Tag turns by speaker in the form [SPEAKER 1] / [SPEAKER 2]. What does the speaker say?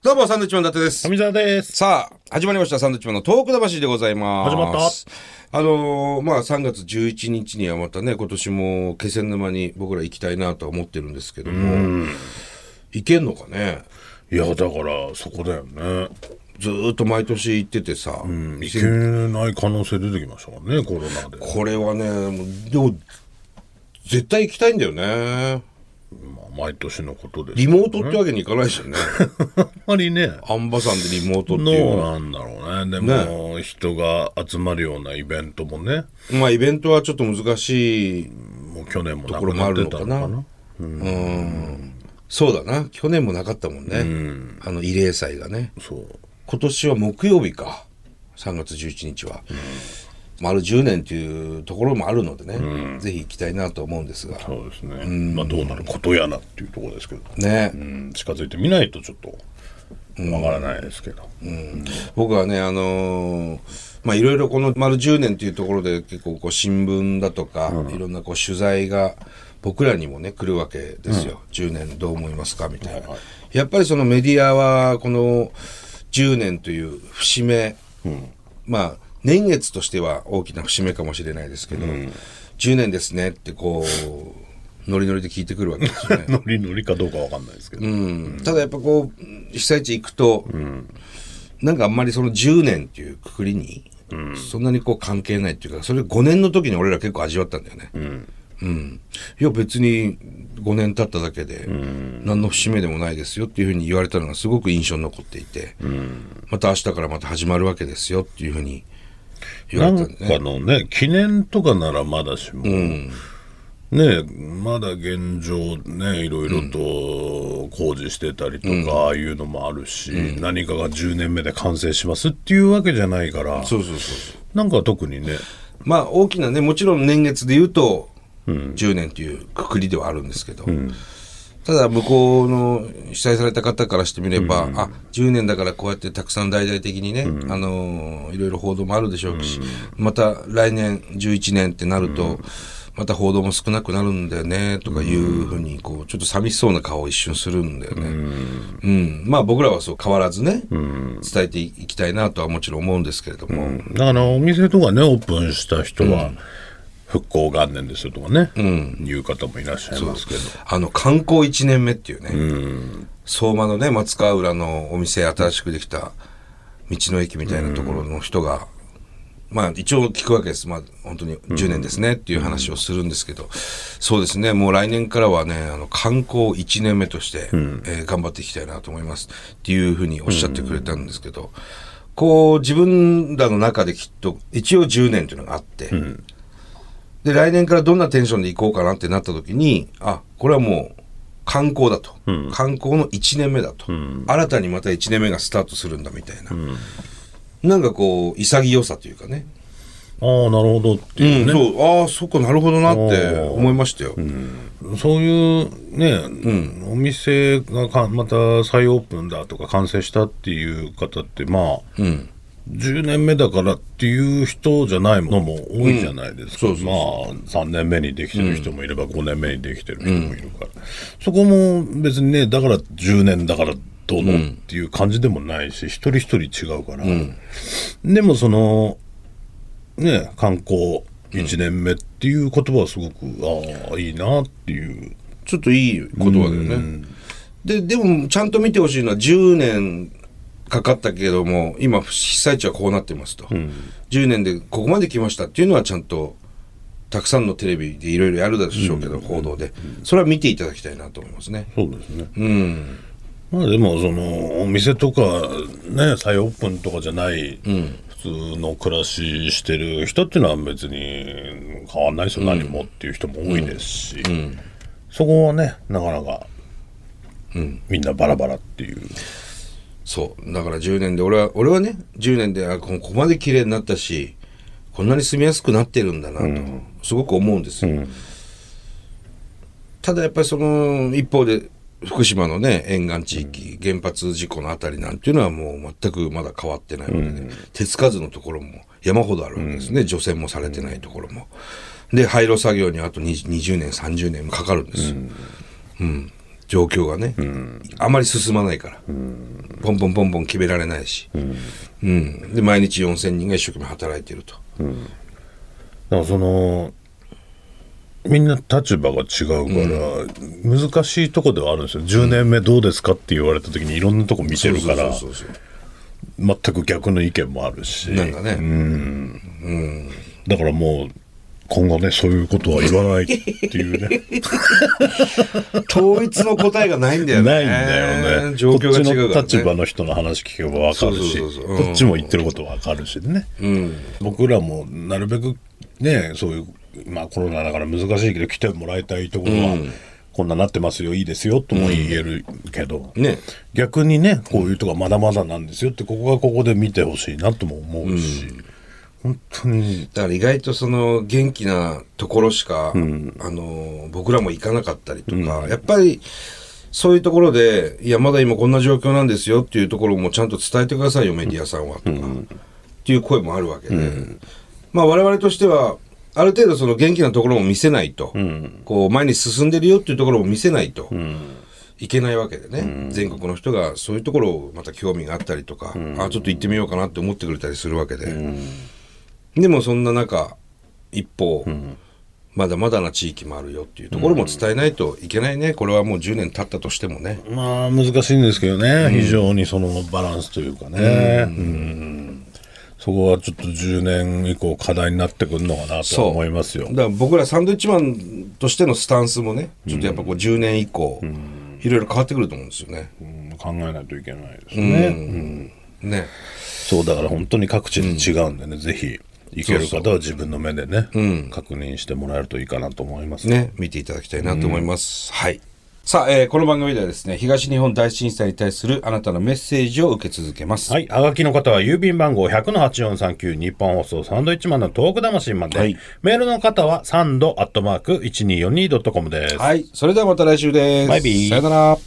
[SPEAKER 1] どうも、サンドウィッチマン伊達です。
[SPEAKER 2] 富澤です。
[SPEAKER 1] さあ、始まりました、サンドウィッチマンのトーク魂でございます。。
[SPEAKER 2] 始まった
[SPEAKER 1] あのーまあ、3月11日にはまたね、今年も気仙沼に僕ら行きたいなとは思ってるんですけども、行けんのかね
[SPEAKER 2] いや、だから、そこだよね。
[SPEAKER 1] ずーっと毎年行っててさ、
[SPEAKER 2] いけない可能性出てきましたからね、コロナで。
[SPEAKER 1] これはね、もうでも、絶対行きたいんだよね。
[SPEAKER 2] まあ、毎年のことです
[SPEAKER 1] リモートってわけにいかないですよ ね。
[SPEAKER 2] あんまりね、
[SPEAKER 1] アンバさんでリモートっていう
[SPEAKER 2] 脳
[SPEAKER 1] のは。
[SPEAKER 2] なんだろうね。でも、人が集まるようなイベントもね、
[SPEAKER 1] まあ、イベントはちょっと難しい
[SPEAKER 2] もう去年もな
[SPEAKER 1] ところ
[SPEAKER 2] く
[SPEAKER 1] も
[SPEAKER 2] な
[SPEAKER 1] あ
[SPEAKER 2] って
[SPEAKER 1] るの
[SPEAKER 2] た
[SPEAKER 1] か
[SPEAKER 2] の
[SPEAKER 1] な。
[SPEAKER 2] かな。
[SPEAKER 1] うんそうだな。去年もなかったもんね。あの慰霊祭がね。
[SPEAKER 2] そう。
[SPEAKER 1] 今年は木曜日か。3月11日は。丸10年というところもあるのでね、ぜひ行きたいなと思うんですが。
[SPEAKER 2] そうですね。まあ、どうなることやなっていうところですけど。
[SPEAKER 1] ね、
[SPEAKER 2] うん、近づいてみないとちょっと、わからないですけど。
[SPEAKER 1] 僕はね、あのーまあ、いろいろこの丸10年というところで結構こう新聞だとか、いろんなこう取材が僕らにもね、来るわけですよ。10年どう思いますかみたいな、
[SPEAKER 2] はいはい
[SPEAKER 1] やっぱりそのメディアは、この10年という節目、まあ、年月としては大きな節目かもしれないですけど、10年ですねってこう、ノリノリで聞いてくるわけですよね。
[SPEAKER 2] ノリノリかどうかわかんないですけど。
[SPEAKER 1] うんただやっぱこう被災地行くと、なんかあんまりその10年っていうくくりに、そんなにこう関係ないっていうかそれ5年の時に俺ら結構味わったんだよね。うんいや別に5年経っただけで何の節目でもないですよっていうふうに言われたのがすごく印象に残っていて、また明日からまた始まるわけですよっていうふうに言わ
[SPEAKER 2] な
[SPEAKER 1] れた
[SPEAKER 2] ん
[SPEAKER 1] んだよね。
[SPEAKER 2] かのね、記念とかならまだしも、ね、まだ現状ね、いろいろと工事してたりとか、ああいうのもあるし、何かが10年目で完成しますっていうわけじゃないから、
[SPEAKER 1] そうそうそうそう
[SPEAKER 2] なんか特にね、
[SPEAKER 1] まあ大きなねもちろん年月で言うと10年というくくりではあるんですけど、ただ向こうの被災された方からしてみれば、あ10年だからこうやってたくさん大々的にね、あのーいろいろ報道もあるでしょうし、また来年11年ってなると、また報道も少なくなるんだよねとかいうふうにこうちょっと寂しそうな顔を一瞬するんだよね。うんまあ僕らはそう変わらずね、伝えていきたいなとはもちろん思うんですけれども、
[SPEAKER 2] だからお店とかね、オープンした人は、復興元年ですよとかね、いう方もいらっしゃいますけど、
[SPEAKER 1] あの観光1年目っていうね、相馬のね松川浦のお店新しくできた道の駅みたいなところの人が、まあ一応聞くわけですまあ本当に10年ですねっていう話をするんですけど、そうですねもう来年からはねあの観光1年目として、えー頑張っていきたいなと思いますっていうふうにおっしゃってくれたんですけど、こう自分らの中できっと一応10年というのがあって。で、来年からどんなテンションで行こうかなってなった時に、あ、これはもう観光だと。観光の1年目だと、新たにまた1年目がスタートするんだみたいな。なんかこう、潔さというかね。
[SPEAKER 2] ああ、なるほどって
[SPEAKER 1] う、
[SPEAKER 2] いうんね、
[SPEAKER 1] そう、ああ、そっか、なるほどなって思いましたよ。
[SPEAKER 2] そういうね、お店がかまた再オープンだとか完成したっていう方ってまあ、10年目だからっていう人じゃないのも多いじゃないですか、
[SPEAKER 1] うんそうそう
[SPEAKER 2] まあ3年目にできてる人もいれば5年目にできてる人もいるから、そこも別にねだから10年だからどうのっていう感じでもないし、一人一人違うから、でもそのね観光1年目っていう言葉はすごく、ああいいなっていう
[SPEAKER 1] ちょっといい言葉だよね。で、でも、ちゃんと見てほしいのは、10年かかったけども、今、被災地はこうなってますと。10年でここまで来ましたっていうのは、ちゃんと、たくさんのテレビでいろいろやるでしょうけど、報道で。それは見ていただきたいなと思いますね。
[SPEAKER 2] そうですね
[SPEAKER 1] うん。
[SPEAKER 2] まあでもそのお店とかね再オープンとかじゃない、普通の暮らししてる人っていうのは別に変わんないですよ、何もっていう人も多いですし、そこはねなかなか、みんなバラバラっていう
[SPEAKER 1] そう。だから10年で、俺は、俺はね、10年で、あ、ここまで綺麗になったし、こんなに住みやすくなってるんだなと、すごく思うんですよ。ただやっぱりその一方で福島のね沿岸地域、原発事故のあたりなんていうのはもう全くまだ変わってないわけで、手つかずのところも山ほどあるわけですね、除染もされてないところも。で廃炉作業にあと20 20年30年もかかるんですよ、うん状況がね、あまり進まないから、ポンポンポンポン決められないし、うんで毎日4000人が一生懸命働いてると、
[SPEAKER 2] だからそのみんな立場が違うから、難しいとこではあるんですよ10年目どうですかって言われた時にいろんなとこ見てるから
[SPEAKER 1] そうそうそうそ
[SPEAKER 2] 全く逆の意見もあるし
[SPEAKER 1] うなんかね、
[SPEAKER 2] だからもう今後ねそういうことは言わないっていうね
[SPEAKER 1] 統一の答えが ないんだ
[SPEAKER 2] ない
[SPEAKER 1] よね
[SPEAKER 2] んだよね
[SPEAKER 1] 状況が違うか
[SPEAKER 2] こ
[SPEAKER 1] ら、
[SPEAKER 2] っちの立場
[SPEAKER 1] ね、
[SPEAKER 2] の人の話聞けば分かるし
[SPEAKER 1] そうそうそうそううん
[SPEAKER 2] こっちも言ってること分かるしね、僕らもなるべくねそういうまあコロナだから難しいけど来てもらいたいところは、こんななってますよいいですよとも言えるけど、
[SPEAKER 1] ね
[SPEAKER 2] 逆にねこういうとこまだまだなんですよってここがここで見てほしいなとも思うし、本当に
[SPEAKER 1] だから意外とその元気なところしか、あの僕らも行かなかったりとか、やっぱりそういうところでいやまだ今こんな状況なんですよっていうところもちゃんと伝えてくださいよメディアさんはとか、っていう声もあるわけで、まあ我々としてはある程度その元気なところも見せないと、こう前に進んでるよっていうところも見せないと。いけないわけでね、全国の人がそういうところをまた興味があったりとか、あちょっと行ってみようかなって思ってくれたりするわけで、でもそんな中一方、まだまだな地域もあるよっていうところも伝えないといけないねこれはもう10年経ったとしてもね
[SPEAKER 2] まあ難しいんですけどね、非常にそのバランスというかね、うんそこはちょっと10年以降課題になってくるのかなとは思いますよ
[SPEAKER 1] だから僕らサンドウィッチマンとしてのスタンスもねちょっとやっぱこう10年以降、いろいろ変わってくると思うんですよね。
[SPEAKER 2] うん考えないといけないですね、うん
[SPEAKER 1] ね
[SPEAKER 2] そうだから本当に各地で違うんでね、ぜひ行ける方は自分の目でね確認してもらえるといいかなと思います
[SPEAKER 1] ね、見ていただきたいなと思います。はい。さあ、えーこの番組ではですね、東日本大震災に対するあなたのメッセージを受け続けます。
[SPEAKER 2] はい。あがきの方は郵便番号100-8439日本放送サンドイッチマンのトーク魂まで。
[SPEAKER 1] はい
[SPEAKER 2] メールの方はサンドアットマーク 1242.com です。
[SPEAKER 1] はい。それではまた来週です。
[SPEAKER 2] バイビー
[SPEAKER 1] さよなら。